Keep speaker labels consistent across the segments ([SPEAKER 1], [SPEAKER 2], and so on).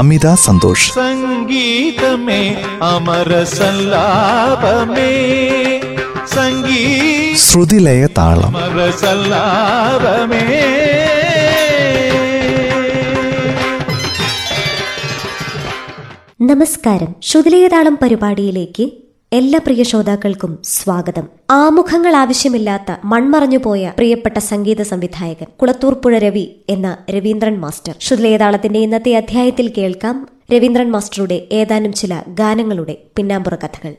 [SPEAKER 1] അമിത സന്തോഷ്
[SPEAKER 2] സംഗീതമേ അമര സല്ലാപമേ സംഗീ
[SPEAKER 1] ശ്രുതിലയ താളം
[SPEAKER 2] അമര സല്ലാപമേ
[SPEAKER 3] നമസ്കാരം ശ്രുതിലേതാളം പരിപാടിയിലേക്ക് എല്ലാ പ്രിയ ശ്രോതാക്കൾക്കും സ്വാഗതം ആമുഖങ്ങൾ ആവശ്യമില്ലാത്ത മൺമറഞ്ഞുപോയ പ്രിയപ്പെട്ട സംഗീത സംവിധായകൻ കുളത്തൂർപ്പുഴ രവി എന്ന രവീന്ദ്രൻ മാസ്റ്റർ ശ്രുതിലേതാളത്തിന്റെ ഇന്നത്തെ അധ്യായത്തിൽ കേൾക്കാം രവീന്ദ്രൻ മാസ്റ്ററുടെ ഏതാനും ചില ഗാനങ്ങളുടെ പിന്നാമ്പുറ കഥകൾ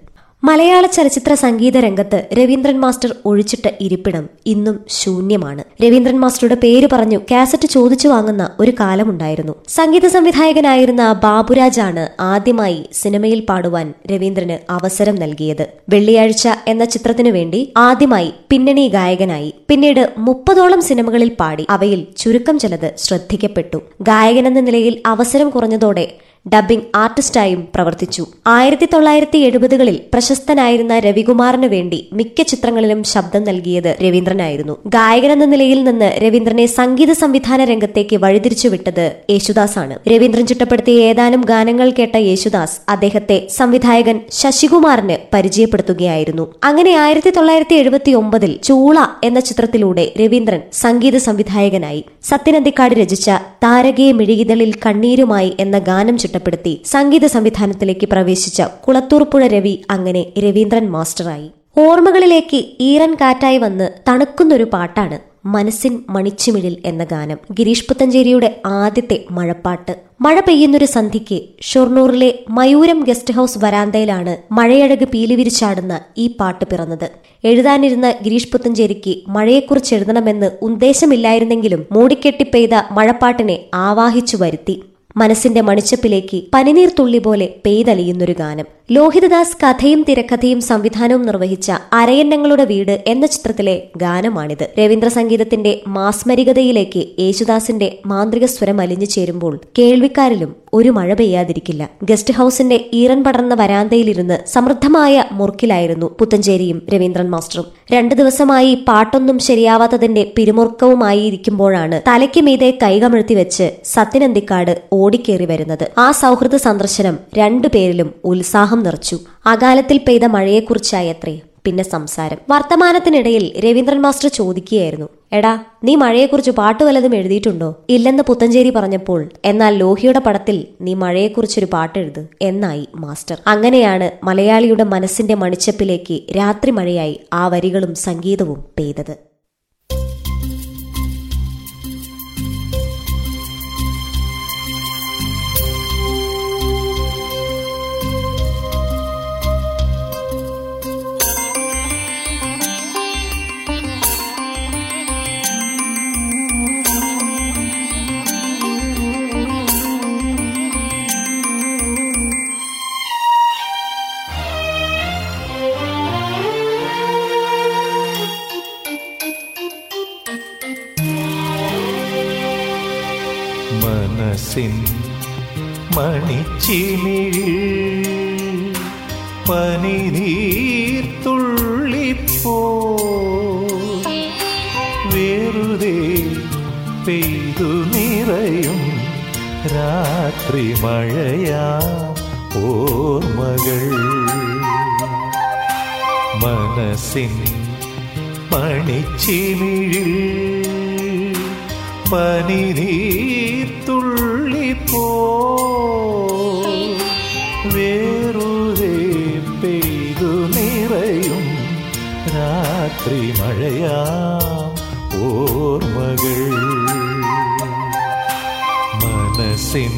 [SPEAKER 3] മലയാള ചലച്ചിത്ര സംഗീത രംഗത്ത് രവീന്ദ്രൻ മാസ്റ്റർ ഒഴിച്ചിട്ട ഇരിപ്പിടം ഇന്നും ശൂന്യമാണ് രവീന്ദ്രൻ മാസ്റ്ററുടെ പേര് പറഞ്ഞു കാസറ്റ് ചോദിച്ചു വാങ്ങുന്ന ഒരു കാലമുണ്ടായിരുന്നു സംഗീത സംവിധായകനായിരുന്ന ബാബുരാജാണ് ആദ്യമായി സിനിമയിൽ പാടുവാൻ രവീന്ദ്രന് അവസരം നൽകിയത് വെള്ളിയാഴ്ച എന്ന ചിത്രത്തിനു വേണ്ടി ആദ്യമായി പിന്നണി ഗായകനായി പിന്നീട് മുപ്പതോളം സിനിമകളിൽ പാടി അവയിൽ ചുരുക്കം ചിലത് ശ്രദ്ധിക്കപ്പെട്ടു ഗായകനെന്ന നിലയിൽ അവസരം കുറഞ്ഞതോടെ ഡബ്ബിംഗ് ആർട്ടിസ്റ്റായും പ്രവർത്തിച്ചു ആയിരത്തി തൊള്ളായിരത്തി എഴുപതുകളിൽ പ്രശസ്തനായിരുന്ന രവികുമാറിന് വേണ്ടി മിക്ക ചിത്രങ്ങളിലും ശബ്ദം നൽകിയത് രവീന്ദ്രനായിരുന്നു ഗായകനെന്ന നിലയിൽ നിന്ന് രവീന്ദ്രനെ സംഗീത സംവിധാന രംഗത്തേക്ക് വഴിതിരിച്ചുവിട്ടത് യേശുദാസാണ് രവീന്ദ്രൻ ചിട്ടപ്പെടുത്തിയ ഏതാനും ഗാനങ്ങൾ കേട്ട യേശുദാസ് അദ്ദേഹത്തെ സംവിധായകൻ ശശികുമാറിന് പരിചയപ്പെടുത്തുകയായിരുന്നു അങ്ങനെ ആയിരത്തി തൊള്ളായിരത്തി എഴുപത്തി ഒമ്പതിൽ ചൂള എന്ന ചിത്രത്തിലൂടെ രവീന്ദ്രൻ സംഗീത സംവിധായകനായി സത്യനന്ദിക്കാട് രചിച്ച താരകയെ മിഴികിതളിൽ കണ്ണീരുമായി എന്ന ഗാനം ചിട്ടപ്പെടുത്തി സംഗീത സംവിധാനത്തിലേക്ക് പ്രവേശിച്ച കുളത്തൂർപ്പുഴ രവി അങ്ങനെ രവീന്ദ്രൻ മാസ്റ്ററായി ഓർമ്മകളിലേക്ക് ഈറൻ കാറ്റായി വന്ന് തണുക്കുന്നൊരു പാട്ടാണ് മനസ്സിൻ മണിച്ചിമിഴിൽ എന്ന ഗാനം ഗിരീഷ് പുത്തഞ്ചേരിയുടെ ആദ്യത്തെ മഴപ്പാട്ട് മഴ പെയ്യുന്നൊരു സന്ധിക്ക് ഷൊർണൂറിലെ മയൂരം ഗസ്റ്റ് ഹൌസ് വരാന്തയിലാണ് മഴയഴക് പീലിവിരിച്ചാടുന്ന ഈ പാട്ട് പിറന്നത് എഴുതാനിരുന്ന ഗിരീഷ് പുത്തഞ്ചേരിക്ക് മഴയെക്കുറിച്ച് എഴുതണമെന്ന് ഉദ്ദേശമില്ലായിരുന്നെങ്കിലും മൂടിക്കെട്ടി പെയ്ത മഴപ്പാട്ടിനെ ആവാഹിച്ചു വരുത്തി മനസ്സിന്റെ മണിച്ചപ്പിലേക്ക് പനിനീർ തുള്ളി പോലെ പെയ്തലിയുന്നൊരു ഗാനം ലോഹിതദാസ് കഥയും തിരക്കഥയും സംവിധാനവും നിർവഹിച്ച അരയന്നങ്ങളുടെ വീട് എന്ന ചിത്രത്തിലെ ഗാനമാണിത് രവീന്ദ്ര സംഗീതത്തിന്റെ മാസ്മരികതയിലേക്ക് യേശുദാസിന്റെ മാന്ത്രിക സ്വരം അലിഞ്ഞു ചേരുമ്പോൾ കേൾവിക്കാരിലും ഒരു മഴ പെയ്യാതിരിക്കില്ല ഗസ്റ്റ് ഹൌസിന്റെ ഈറൻ പടർന്ന വരാന്തയിലിരുന്ന് സമൃദ്ധമായ മുറുക്കിലായിരുന്നു പുത്തഞ്ചേരിയും രവീന്ദ്രൻ മാസ്റ്ററും രണ്ടു ദിവസമായി പാട്ടൊന്നും ശരിയാവാത്തതിന്റെ പിരിമുറുക്കവുമായി ഇരിക്കുമ്പോഴാണ് തലയ്ക്ക് മീതെ കൈകമഴ്ത്തി വെച്ച് സത്യനന്തിക്കാട് ഓടിക്കേറി വരുന്നത് ആ സൗഹൃദ സന്ദർശനം രണ്ടുപേരിലും ഉത്സാഹം നിറച്ചു അകാലത്തിൽ പെയ്ത മഴയെക്കുറിച്ചായത്രേ പിന്നെ സംസാരം വർത്തമാനത്തിനിടയിൽ രവീന്ദ്രൻ മാസ്റ്റർ ചോദിക്കുകയായിരുന്നു എടാ നീ മഴയെക്കുറിച്ച് പാട്ട് വല്ലതും എഴുതിയിട്ടുണ്ടോ ഇല്ലെന്ന് പുത്തഞ്ചേരി പറഞ്ഞപ്പോൾ എന്നാൽ ലോഹിയുടെ പടത്തിൽ നീ മഴയെക്കുറിച്ചൊരു പാട്ടെഴുത് എന്നായി മാസ്റ്റർ അങ്ങനെയാണ് മലയാളിയുടെ മനസ്സിന്റെ മണിച്ചപ്പിലേക്ക് രാത്രി മഴയായി ആ വരികളും സംഗീതവും പെയ്തത്
[SPEAKER 2] മനസ്സിൻ മണിച്ചിമിഴിൽ പനിനീർ തുള്ളിപ്പോ വെറുതെ പെയ്തു നിറയും രാത്രി മഴയാ ഓർമ്മകൾ മനസ്സിൻ പണിച്ചിമിഴിൽ പനിനീർ തുള്ളിപ്പോ വേറുതെ പെയ്തു നിറയും രാത്രി മഴയാ ഓർമ്മകൾ മനസ്സിൻ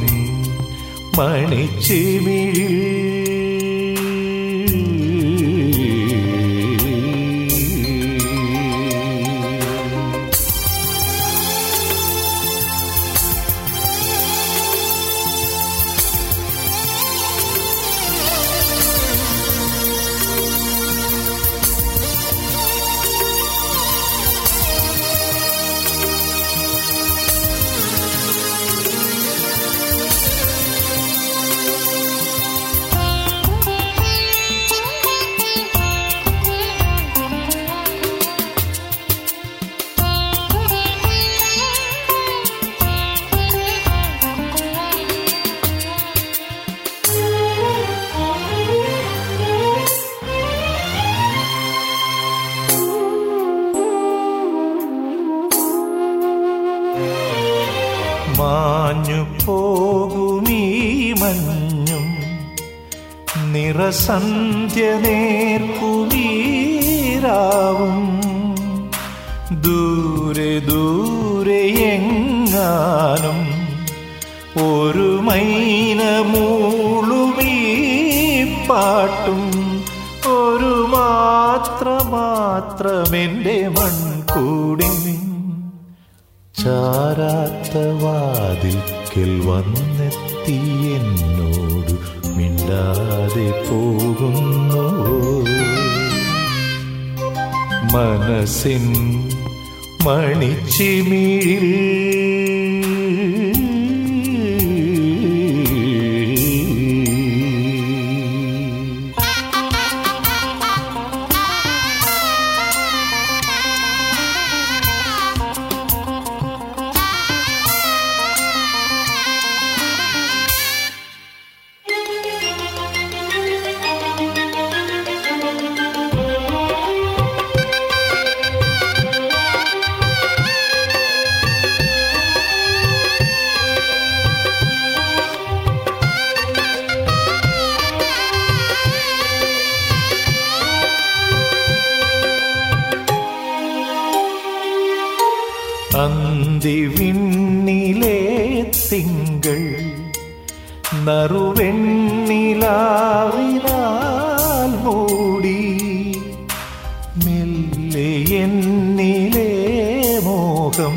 [SPEAKER 2] മണിച്ചിമിഴി
[SPEAKER 4] ും
[SPEAKER 2] മാഞ്ഞു പോകുമീ മഞ്ഞും നിറസന്ധ്യ നേർക്കുമീരാവും ദൂരെ ദൂരെ എങ്ങാനും ഒരു മൈന മൂളുമീ പാട്ടും ഒരു മാത്ര മാത്രമെൻ്റെ മൺകൂടിൻ ചാരാത്ത വാതിൽക്കൽ വന്നെത്തി എന്നോട് മിണ്ടാതെ പോകുന്നു മനസ്സിൻ മണിച്ചിമിഴിൽ അന്തിവിണ്ണിലെ തിങ്കൾ നറുവെണ്ണിലാവിനാൽ മൂടി മെല്ലെ എന്നിലെ മോഹം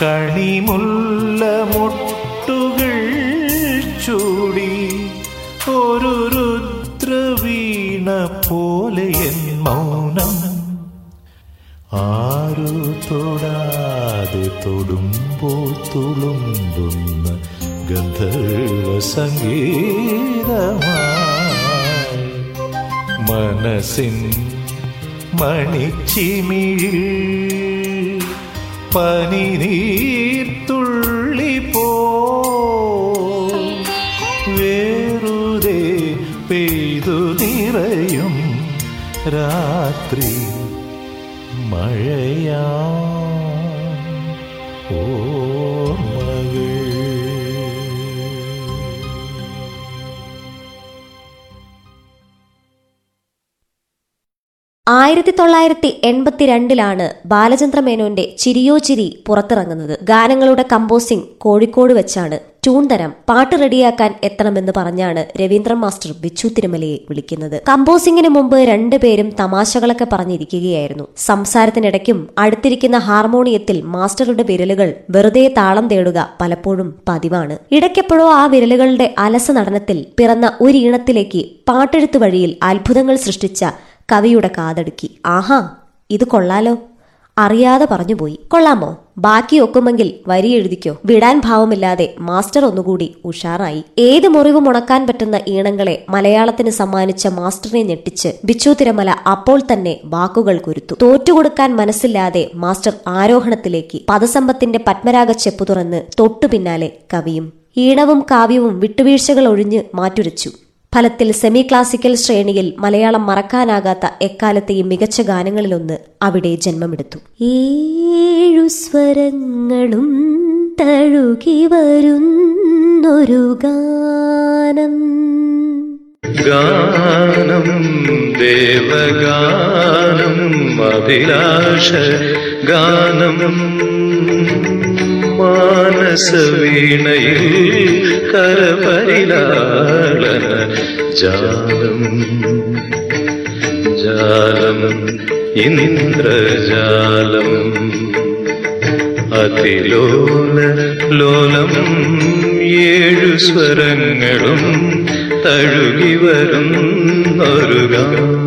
[SPEAKER 2] കണിമുല്ല മുട്ടുകൾ ചൂടി ഒരു രുദ്രവീണ പോലെ എൻ മൗനം ആരോ തൊടാതെ തൊടുമ്പോൾ തുളുമ്പുന്ന ഗന്ധർവ സംഗീതമായി മനസ്സിൻ മണിച്ചിമിഴിൽ പനിനീർത്തുള്ളി പോ വേറുതെ പെയ്തു നിറയും രാത്രി മഴയാ ഓർമ്മകൾ
[SPEAKER 3] ആയിരത്തി തൊള്ളായിരത്തി എൺപത്തിരണ്ടിലാണ് ബാലചന്ദ്ര മേനോന്റെ ചിരിയോ ചിരി പുറത്തിറങ്ങുന്നത് ഗാനങ്ങളുടെ കമ്പോസിംഗ് കോഴിക്കോട് വെച്ചാണ് ട്യൂൺ തരം പാട്ട് റെഡിയാക്കാൻ എത്തണമെന്ന് പറഞ്ഞാണ് രവീന്ദ്രൻ മാസ്റ്റർ ബിച്ചു തിരുമലയെ വിളിക്കുന്നത് കമ്പോസിംഗിന് മുമ്പ് രണ്ടുപേരും തമാശകളൊക്കെ പറഞ്ഞിരിക്കുകയായിരുന്നു സംസാരത്തിനിടയ്ക്കും അടുത്തിരിക്കുന്ന ഹാർമോണിയത്തിൽ മാസ്റ്ററുടെ വിരലുകൾ വെറുതെ താളം തേടുക പലപ്പോഴും പതിവാണ് ഇടയ്ക്കെപ്പോഴോ ആ വിരലുകളുടെ അലസ നടനത്തിൽ പിറന്ന ഒരീണത്തിലേക്ക് പാട്ടെഴുത്ത് വഴിയിൽ അത്ഭുതങ്ങൾ സൃഷ്ടിച്ച കവിയുടെ കാതടുക്കി ആഹാ ഇത് കൊള്ളാലോ അറിയാതെ പറഞ്ഞുപോയി കൊള്ളാമോ ബാക്കി ഒക്കുമെങ്കിൽ വരി എഴുതിക്കോ വിടാൻ ഭാവമില്ലാതെ മാസ്റ്റർ ഒന്നുകൂടി ഉഷാറായി ഏത് മുറിവും ഉണക്കാൻ പറ്റുന്ന ഈണങ്ങളെ മലയാളത്തിന് സമ്മാനിച്ച മാസ്റ്ററിനെ ഞെട്ടിച്ച് ബിച്ചു തിരമല അപ്പോൾ തന്നെ വാക്കുകൾ കുരുത്തു തോറ്റുകൊടുക്കാൻ മനസ്സില്ലാതെ മാസ്റ്റർ ആരോഹണത്തിലേക്ക് പദസമ്പത്തിന്റെ പത്മരാഗ ചെപ്പു തുറന്ന് തൊട്ടു പിന്നാലെ കവിയും ഈണവും കാവ്യവും വിട്ടുവീഴ്ചകൾ ഒഴിഞ്ഞ് മാറ്റുരച്ചു ഫലത്തിൽ സെമി ക്ലാസിക്കൽ ശ്രേണിയിൽ മലയാളം മറക്കാനാകാത്ത എക്കാലത്തെയും മികച്ച ഗാനങ്ങളിലൊന്ന് അവിടെ ജന്മമെടുത്തു ഏഴു സ്വരങ്ങളും തഴുകി വരുന്നൊരു ഗാനം
[SPEAKER 2] ഗാനം ദേവഗാനം അഭിലാഷ ഗാനം മാനസവീണയിൽ കരപരിലാളന ജാലം ജാലം ഇന്ദ്രജാലം അതിലോല ലോലം ഏഴു സ്വരങ്ങളും തഴുകി വരുന്നൊരു ഗാനം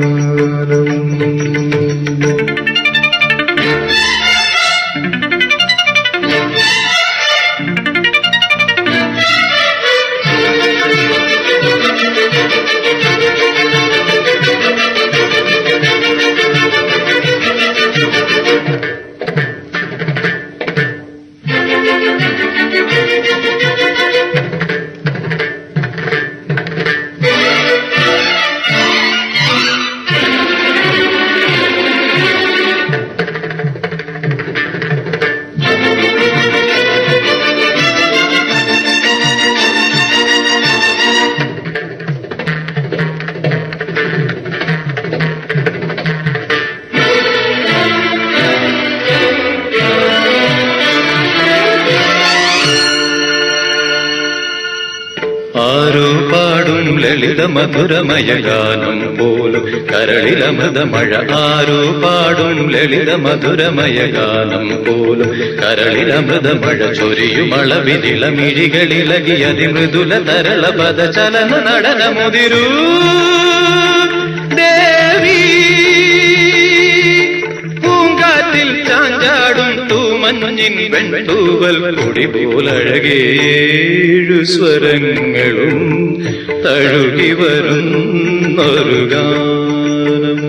[SPEAKER 5] കേട്ടിട മധുരമയ ഗാനം പോലും കരളിലമൃത മഴ ആരോ പാടും ലളിത മധുരമയ ഗാനം പോലും കരളിലമൃത മഴ ചൊരിയുമളവിരിള മിഴികളിളകി അതിമൃദുല തരള പദ ചലന നടന മുതിരൂ ദേവി പൂങ്കാറ്റിൽ ചാഞ്ചാടും തൂമഞ്ഞിൻ വെൺതൂവൽ കൊടി പോലഴകേഴു സ്വരങ്ങളും തഴുകി വരുന്നൊരു ഗാനം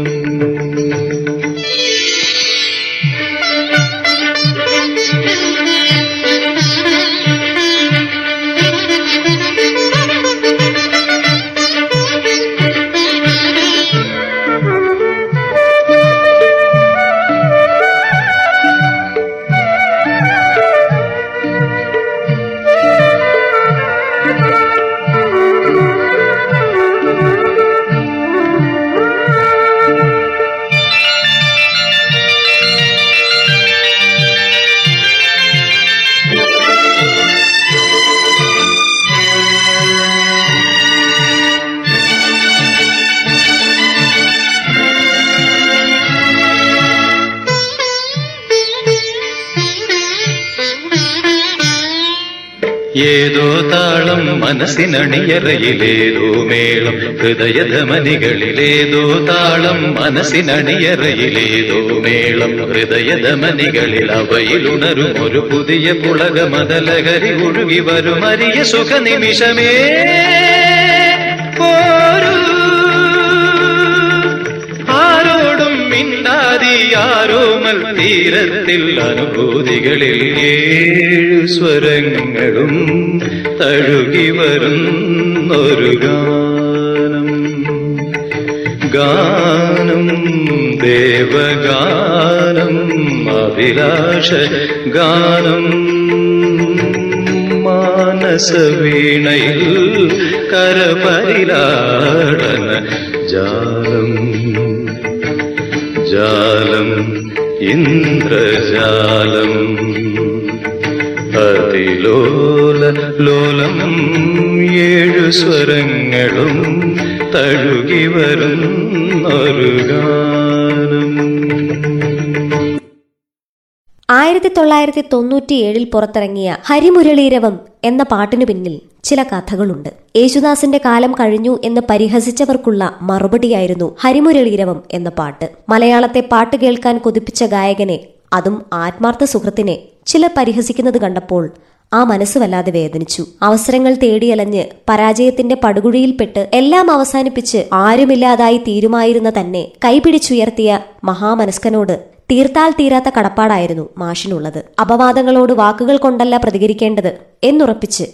[SPEAKER 5] ഏതോ താളം മനസ്സിനണിയറയിലേതോ മേളം ഹൃദയധമനികളിലേതോ താളം മനസ്സിനണിയറയിലേതോ മേളം ഹൃദയധമനികളിൽ അവയിലുണരും ഒരു പുതിയ പുളകമതലഹരി ഒഴുകി വരും അരിയ സുഖനിമിഷമേ പോരൂ ആരോടും മിണ്ടാതി ആരോമൽ തീരത്തിൽ അനുഭൂതികളിൽ ഏഴു സ്വരങ്ങളും തഴുകി വരുന്നൊരു ഗാനം ഗാനം ദേവഗാനം അഭിലാഷ ഗാനം മാനസവീണയിൽ കരപരിലാടന ജാലം ജാലം ഇന്ദ്രജാലം അതിലോല ലോലം ഏഴു സ്വരങ്ങളും തഴുകി വരുന്നൊരു ഗാനം
[SPEAKER 3] ആയിരത്തി തൊള്ളായിരത്തി തൊണ്ണൂറ്റിയേഴിൽ പുറത്തിറങ്ങിയ ഹരിമുരളീരവം എന്ന പാട്ടിനു പിന്നിൽ ചില കഥകളുണ്ട് യേശുദാസിന്റെ കാലം കഴിഞ്ഞു എന്ന് പരിഹസിച്ചവർക്കുള്ള മറുപടിയായിരുന്നു ഹരിമുരളീരവം എന്ന പാട്ട് മലയാളത്തെ പാട്ട് കേൾക്കാൻ കൊതിപ്പിച്ച ഗായകനെ അതും ആത്മാർത്ഥ സുഹൃത്തിനെ ചിലർ പരിഹസിക്കുന്നത് കണ്ടപ്പോൾ ആ മനസ്സ് വല്ലാതെ വേദനിച്ചു അവസരങ്ങൾ തേടിയലഞ്ഞ് പരാജയത്തിന്റെ പടുകുഴിയിൽപ്പെട്ട് എല്ലാം അവസാനിപ്പിച്ച് ആരുമില്ലാതായി തീരുമായിരുന്ന തന്നെ കൈപിടിച്ചുയർത്തിയ മഹാമനസ്കനോട് തീർത്താൽ തീരാത്ത കടപ്പാടായിരുന്നു മാഷിനുള്ളത് അപവാദങ്ങളോട് വാക്കുകൾ കൊണ്ടല്ല പ്രതികരിക്കേണ്ടത് എന്നുറപ്പിച്ച്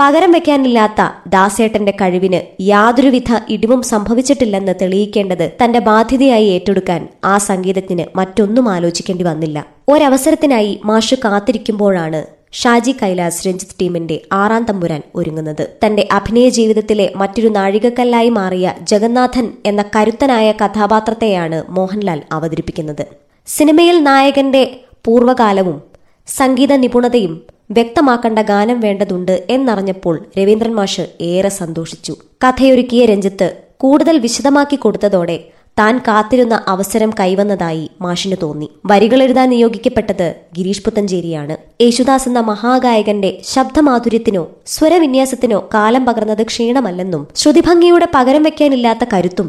[SPEAKER 3] പകരം വെക്കാനില്ലാത്ത ദാസേട്ടന്റെ കഴിവിന് യാതൊരുവിധ ഇടിവും സംഭവിച്ചിട്ടില്ലെന്ന് തെളിയിക്കേണ്ടത് തന്റെ ബാധ്യതയായി ഏറ്റെടുക്കാൻ ആ സംഗീതത്തിന് മറ്റൊന്നും ആലോചിക്കേണ്ടി വന്നില്ല ഒരവസരത്തിനായി മാഷ് കാത്തിരിക്കുമ്പോഴാണ് ഷാജി കൈലാസ് രഞ്ജിത്ത് ടീമിന്റെ ആറാം തമ്പുരാൻ ഒരുങ്ങുന്നത് തന്റെ അഭിനയ ജീവിതത്തിലെ മറ്റൊരു നാഴികക്കല്ലായി മാറിയ ജഗന്നാഥൻ എന്ന കരുത്തനായ കഥാപാത്രത്തെയാണ് മോഹൻലാൽ അവതരിപ്പിക്കുന്നത് സിനിമയിൽ നായകന്റെ പൂർവ്വകാലവും സംഗീത നിപുണതയും വ്യക്തമാക്കേണ്ട ഗാനം വേണ്ടതുണ്ട് എന്നറിഞ്ഞപ്പോൾ രവീന്ദ്രൻ മാഷ് ഏറെ സന്തോഷിച്ചു കഥയൊരുക്കിയ രഞ്ജിത്ത് കൂടുതൽ വിശദമാക്കി കൊടുത്തതോടെ താൻ കാത്തിരുന്ന അവസരം കൈവന്നതായി മാഷിന് തോന്നി വരികളെഴുതാൻ നിയോഗിക്കപ്പെട്ടത് ഗിരീഷ് പുത്തഞ്ചേരിയാണ് യേശുദാസ് എന്ന മഹാഗായകന്റെ ശബ്ദമാധുര്യത്തിനോ സ്വരവിന്യാസത്തിനോ കാലം പകർന്നത് ക്ഷീണമല്ലെന്നും ശ്രുതിഭംഗിയുടെ പകരം വയ്ക്കാനില്ലാത്ത കരുത്തും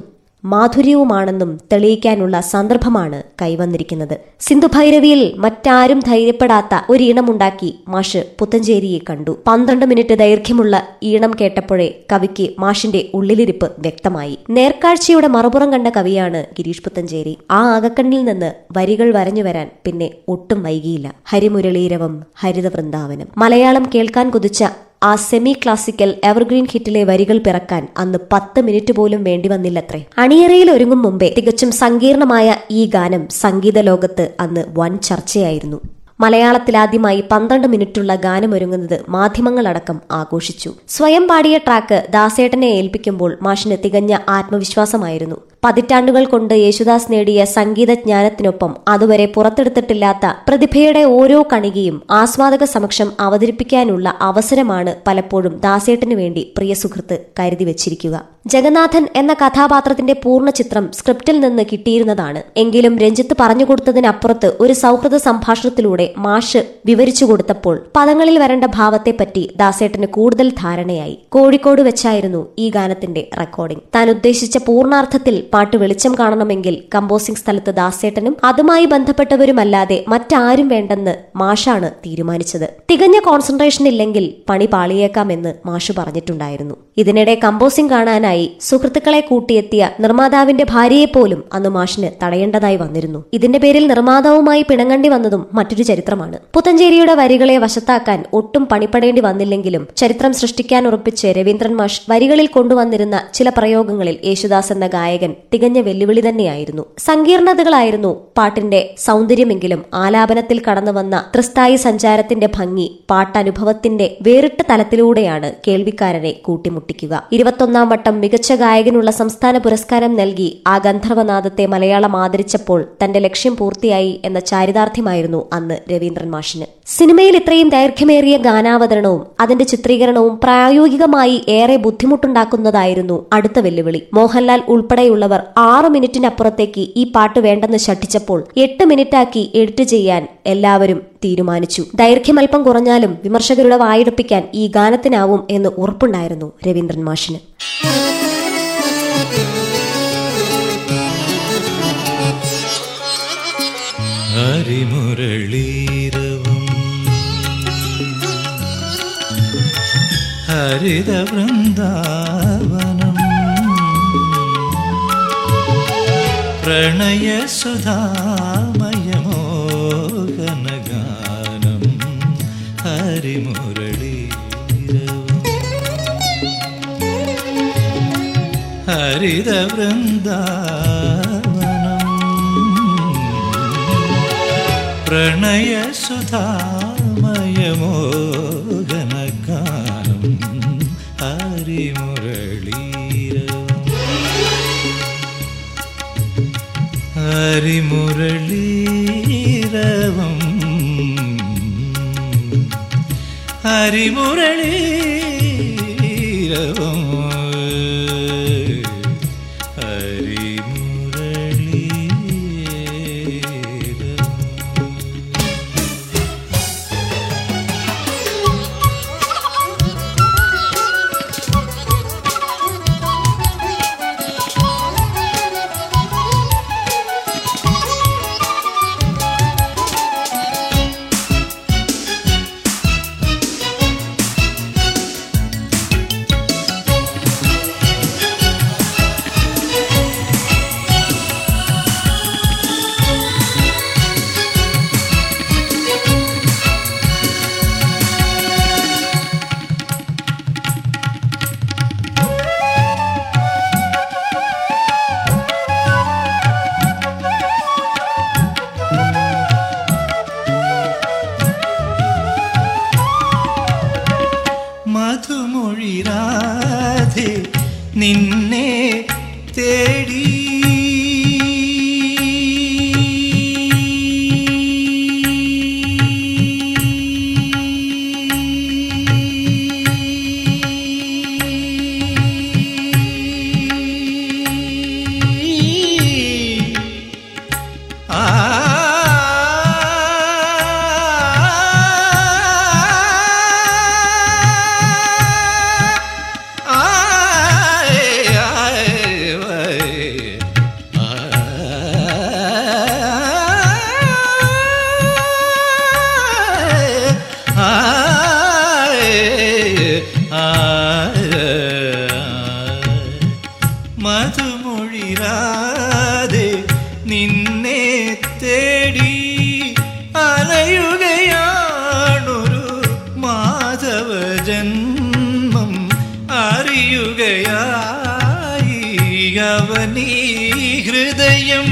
[SPEAKER 3] മാധുര്യവുമാണെന്നും തെളിയിക്കാനുള്ള സന്ദർഭമാണ് കൈവന്നിരിക്കുന്നത് സിന്ധുഭൈരവിയിൽ മറ്റാരും ധൈര്യപ്പെടാത്ത ഒരീണമുണ്ടാക്കി മാഷ് പുത്തഞ്ചേരിയെ കണ്ടു പന്ത്രണ്ട് മിനിറ്റ് ദൈർഘ്യമുള്ള ഈണം കേട്ടപ്പോഴേ കവിക്ക് മാഷിന്റെ ഉള്ളിലിരിപ്പ് വ്യക്തമായി നേർക്കാഴ്ചയുടെ മറുപുറം കണ്ട കവിയാണ് ഗിരീഷ് പുത്തഞ്ചേരി ആ അകക്കണ്ണിൽ നിന്ന് വരികൾ വരഞ്ഞു വരാൻ പിന്നെ ഒട്ടും വൈകിയില്ല ഹരിമുരളീരവം ഹരിത വൃന്ദാവനം മലയാളം കേൾക്കാൻ കൊതിച്ച ആ സെമി ക്ലാസിക്കൽ എവർഗ്രീൻ ഹിറ്റിലെ വരികൾ പിറക്കാൻ അന്ന് പത്ത് മിനിറ്റ് പോലും വേണ്ടി വന്നില്ലത്രേ അണിയറയിൽ ഒരുങ്ങും മുമ്പേ തികച്ചും സങ്കീർണമായ ഈ ഗാനം സംഗീത ലോകത്ത് അന്ന് വൻ ചർച്ചയായിരുന്നു മലയാളത്തിലാദ്യമായി പന്ത്രണ്ട് മിനിറ്റുള്ള ഗാനമൊരുങ്ങുന്നത് മാധ്യമങ്ങളടക്കം ആഘോഷിച്ചു സ്വയം പാടിയ ട്രാക്ക് ദാസേട്ടനെ ഏൽപ്പിക്കുമ്പോൾ മാഷിന് തികഞ്ഞ ആത്മവിശ്വാസമായിരുന്നു പതിറ്റാണ്ടുകൾ കൊണ്ട് യേശുദാസ് നേടിയ സംഗീതജ്ഞാനത്തിനൊപ്പം അതുവരെ പുറത്തെടുത്തിട്ടില്ലാത്ത പ്രതിഭയുടെ ഓരോ കണികയും ആസ്വാദക സമക്ഷം അവതരിപ്പിക്കാനുള്ള അവസരമാണ് പലപ്പോഴും ദാസേട്ടനു വേണ്ടി പ്രിയ സുഹൃത്ത് കരുതി വച്ചിരിക്കുക ജഗന്നാഥൻ എന്ന കഥാപാത്രത്തിന്റെ പൂർണ്ണ ചിത്രം സ്ക്രിപ്റ്റിൽ നിന്ന് കിട്ടിയിരുന്നതാണ് എങ്കിലും രഞ്ജിത്ത് പറഞ്ഞു കൊടുത്തതിനപ്പുറത്ത് ഒരു സൗഹൃദ സംഭാഷണത്തിലൂടെ മാഷ് വിവരിച്ചു കൊടുത്തപ്പോൾ പദങ്ങളിൽ വരേണ്ട ഭാവത്തെപ്പറ്റി ദാസേട്ടന് കൂടുതൽ ധാരണയായി കോഴിക്കോട് വെച്ചായിരുന്നു ഈ ഗാനത്തിന്റെ റെക്കോർഡിംഗ് താൻ ഉദ്ദേശിച്ച പൂർണ്ണാർത്ഥത്തിൽ പാട്ട് വെളിച്ചം കാണണമെങ്കിൽ കമ്പോസിംഗ് സ്ഥലത്ത് ദാസേട്ടനും അതുമായി ബന്ധപ്പെട്ടവരുമല്ലാതെ മറ്റാരും വേണ്ടെന്ന് മാഷാണ് തീരുമാനിച്ചത് തികഞ്ഞ കോൺസെൻട്രേഷൻ ഇല്ലെങ്കിൽ പണി പാളിയേക്കാമെന്ന് മാഷ് പറഞ്ഞിട്ടുണ്ടായിരുന്നു ഇതിനിടെ കമ്പോസിംഗ് കാണാനായി സുഹൃത്തുക്കളെ കൂട്ടിയെത്തിയ നിർമ്മാതാവിന്റെ ഭാര്യയെ പോലും അന്ന് മാഷിന് തടയേണ്ടതായി വന്നിരുന്നു ഇതിന്റെ പേരിൽ നിർമ്മാതാവുമായി പിണങ്ങണ്ടി വന്നതും മറ്റൊരു ചരിത്രമാണ് പുത്തഞ്ചേരിയുടെ വരികളെ വശത്താക്കാൻ ഒട്ടും പണിപ്പെടേണ്ടി വന്നില്ലെങ്കിലും ചരിത്രം സൃഷ്ടിക്കാൻ ഉറപ്പിച്ച് രവീന്ദ്രൻ മാഷ് വരികളിൽ കൊണ്ടുവന്നിരുന്ന ചില പ്രയോഗങ്ങളിൽ യേശുദാസ് എന്ന ഗായകൻ തികഞ്ഞ വെല്ലുവിളി തന്നെയായിരുന്നു സങ്കീർണതകളായിരുന്നു പാട്ടിന്റെ സൗന്ദര്യമെങ്കിലും ആലാപനത്തിൽ കടന്നു വന്ന ത്രിസ്ഥായി സഞ്ചാരത്തിന്റെ ഭംഗി പാട്ടനുഭവത്തിന്റെ വേറിട്ട തലത്തിലൂടെയാണ് കേൾവിക്കാരനെ കൂട്ടിമുട്ടിക്കുക ഇരുപത്തൊന്നാം വട്ടം മികച്ച ഗായകനുള്ള സംസ്ഥാന പുരസ്കാരം നൽകി ആ ഗന്ധർവനാദത്തെ മലയാളം ആദരിച്ചപ്പോൾ തന്റെ ലക്ഷ്യം പൂർത്തിയായി എന്ന ചാരിതാർത്ഥ്യമായിരുന്നു അന്ന് രവീന്ദ്രൻ മാഷിന് സിനിമയിൽ ഇത്രയും ദൈർഘ്യമേറിയ ഗാനാവതരണവും അതിന്റെ ചിത്രീകരണവും പ്രായോഗികമായി ഏറെ ബുദ്ധിമുട്ടുണ്ടാക്കുന്നതായിരുന്നു അടുത്ത വെല്ലുവിളി മോഹൻലാൽ ഉൾപ്പെടെയുള്ളവർ ആറു മിനിറ്റിനപ്പുറത്തേക്ക് ഈ പാട്ട് വേണ്ടെന്ന് ശഠിച്ചപ്പോൾ എട്ട് മിനിറ്റാക്കി എഡിറ്റ് ചെയ്യാൻ എല്ലാവരും തീരുമാനിച്ചു ദൈർഘ്യമല്പം കുറഞ്ഞാലും വിമർശകരുടെ വായെടുപ്പിക്കാൻ ഈ ഗാനത്തിനാവും എന്ന് ഉറപ്പുണ്ടായിരുന്നു രവീന്ദ്രൻ മാഷിന്
[SPEAKER 2] ഹരിമുരളീരവും ഹരിത വൃന്ദാവനം പ്രണയ സുധാമയമോകനഗാനം ഹരിമുരളീരവും ഹരിത വൃന്ദാവനം പ്രണയസുധാമയമോഹനഗാനം ഹരിമുരളീരവം ഹരിമുരളീരവം ഹരിമുരളീരവം ഹരിമുരളീരവം മധുമൊഴി രാധെ നിന്നെ തേടി ആ മധുമൊഴി രാതെ നിന്നെ തേടി അലയുകയാണൊരു മാധവ ജന്മം അറിയുകയായി അവനീ ഹൃദയം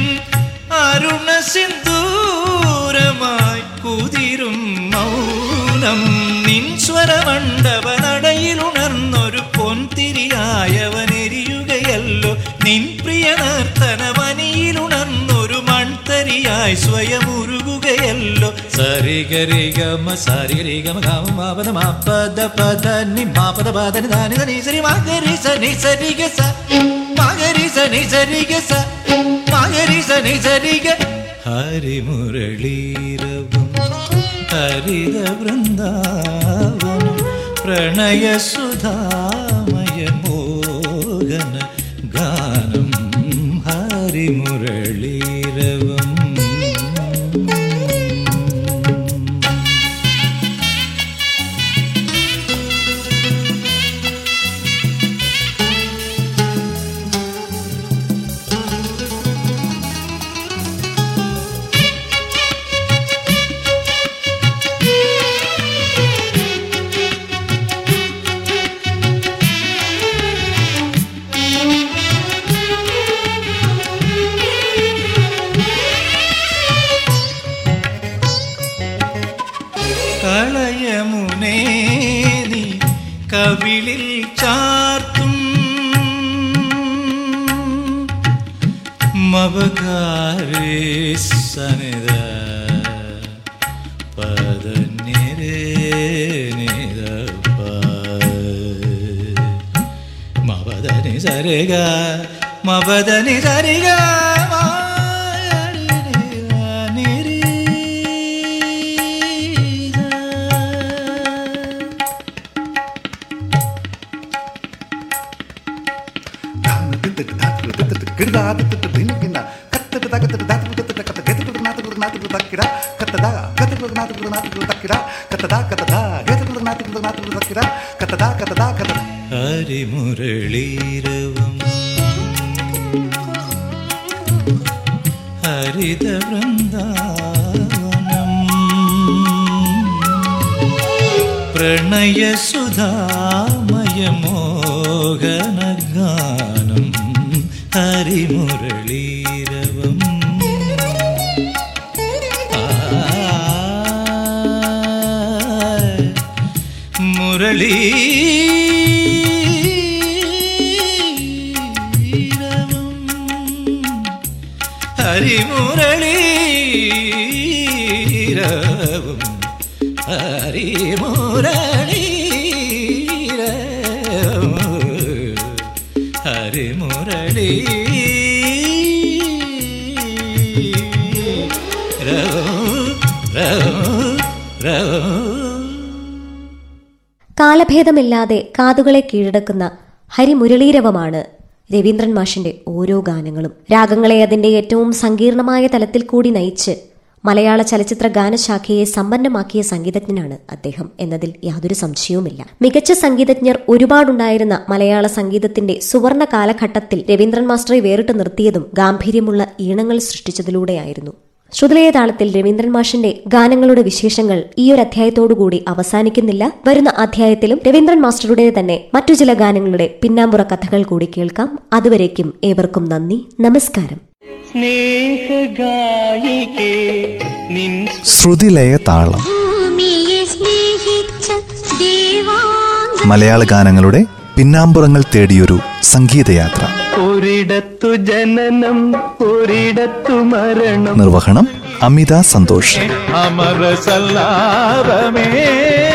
[SPEAKER 2] അരുണ സിന്ദൂരമായി കുതിരും മൗനം നിൻ സ്വരമണ്ഡപനടയിൽ ഉണർന്നൊരു പൊൻതിരിയായവനെരിയുകയല്ലോ നിൻ പ്രിയ നർത്തനവനിയിലുണർന്നൊരു മൺതരിയായി സ്വയം ഉരുകുകയല്ലോ സരിഗരിഗമ സരിഗരിഗമ ഗമ മാപദ മാപദ പദ നി മാപദ പദ നി ദാനി ദനി സരി മാഗരി സ നി സരി ഗ സ മാഗരി സ നി സരി ഗ സ മാഗരി സ നി സരി ഗ ഹരിമുരളീരവം ഹരിത വൃന്ദാവം പ്രണയ സുധാമയ മോഹന ഗാനം ഹരിമുരളീരവം കളയമുനേ നീ കവിളിൽ ചാർത്തും മവകാരേ സനിത പദനിരേ നിരപ്പ മവദനി സരിഗ മവദനി സരിഗ ഹരിമുരളീരവം ഹരിത വൃന്ദാവനം പ്രണയസുധാമയമോഹനഗാനം ഹരിമുരളീരവം മുരളീ ഹരിമുരളീരവും ഹരിമുരളീരവും ഹരിമുരളീ
[SPEAKER 3] കാലഭേദമില്ലാതെ കാതുകളെ കീഴടക്കുന്ന ഹരിമുരളീരവമാണ് രവീന്ദ്രൻ മാഷിന്റെ ഓരോ ഗാനങ്ങളും രാഗങ്ങളെ അതിന്റെ ഏറ്റവും സങ്കീർണമായ തലത്തിൽ കൂടി നയിച്ച് മലയാള ചലച്ചിത്ര ഗാനശാഖയെ സമ്പന്നമാക്കിയ സംഗീതജ്ഞനാണ് അദ്ദേഹം എന്നതിൽ യാതൊരു സംശയവുമില്ല മികച്ച സംഗീതജ്ഞർ ഒരുപാടുണ്ടായിരുന്ന മലയാള സംഗീതത്തിന്റെ സുവർണ കാലഘട്ടത്തിൽ രവീന്ദ്രൻ മാസ്റ്ററെ വേറിട്ട് നിർത്തിയതും ഗാംഭീര്യമുള്ള ഈണങ്ങൾ സൃഷ്ടിച്ചതിലൂടെയായിരുന്നു ശ്രുതിലയ താളത്തിൽ രവീന്ദ്രൻ മാഷിന്റെ ഗാനങ്ങളുടെ വിശേഷങ്ങൾ ഈ ഒരു അധ്യായത്തോടുകൂടി അവസാനിക്കുന്നില്ല വരുന്ന അധ്യായത്തിലും രവീന്ദ്രൻ മാസ്റ്ററുടെ തന്നെ മറ്റു ചില ഗാനങ്ങളുടെ പിന്നാമ്പുറ കഥകൾ കൂടി കേൾക്കാം അതുവരേക്കും ഏവർക്കും നന്ദി നമസ്കാരം
[SPEAKER 1] ശ്രുതിലയ താളം
[SPEAKER 6] ഭൂമിയെ സ്നേഹിച്ച ദേവാംഗ
[SPEAKER 1] മലയാള ഗാനങ്ങളുടെ പിന്നാമ്പുറങ്ങൾ തേടിയൊരു സംഗീതയാത്ര
[SPEAKER 2] ഒരിടത്തു ജനനം ഒരിടത്തു മരണം
[SPEAKER 1] നിർവഹണം അമിത സന്തോഷ്
[SPEAKER 2] അമര സല്ലാപമേ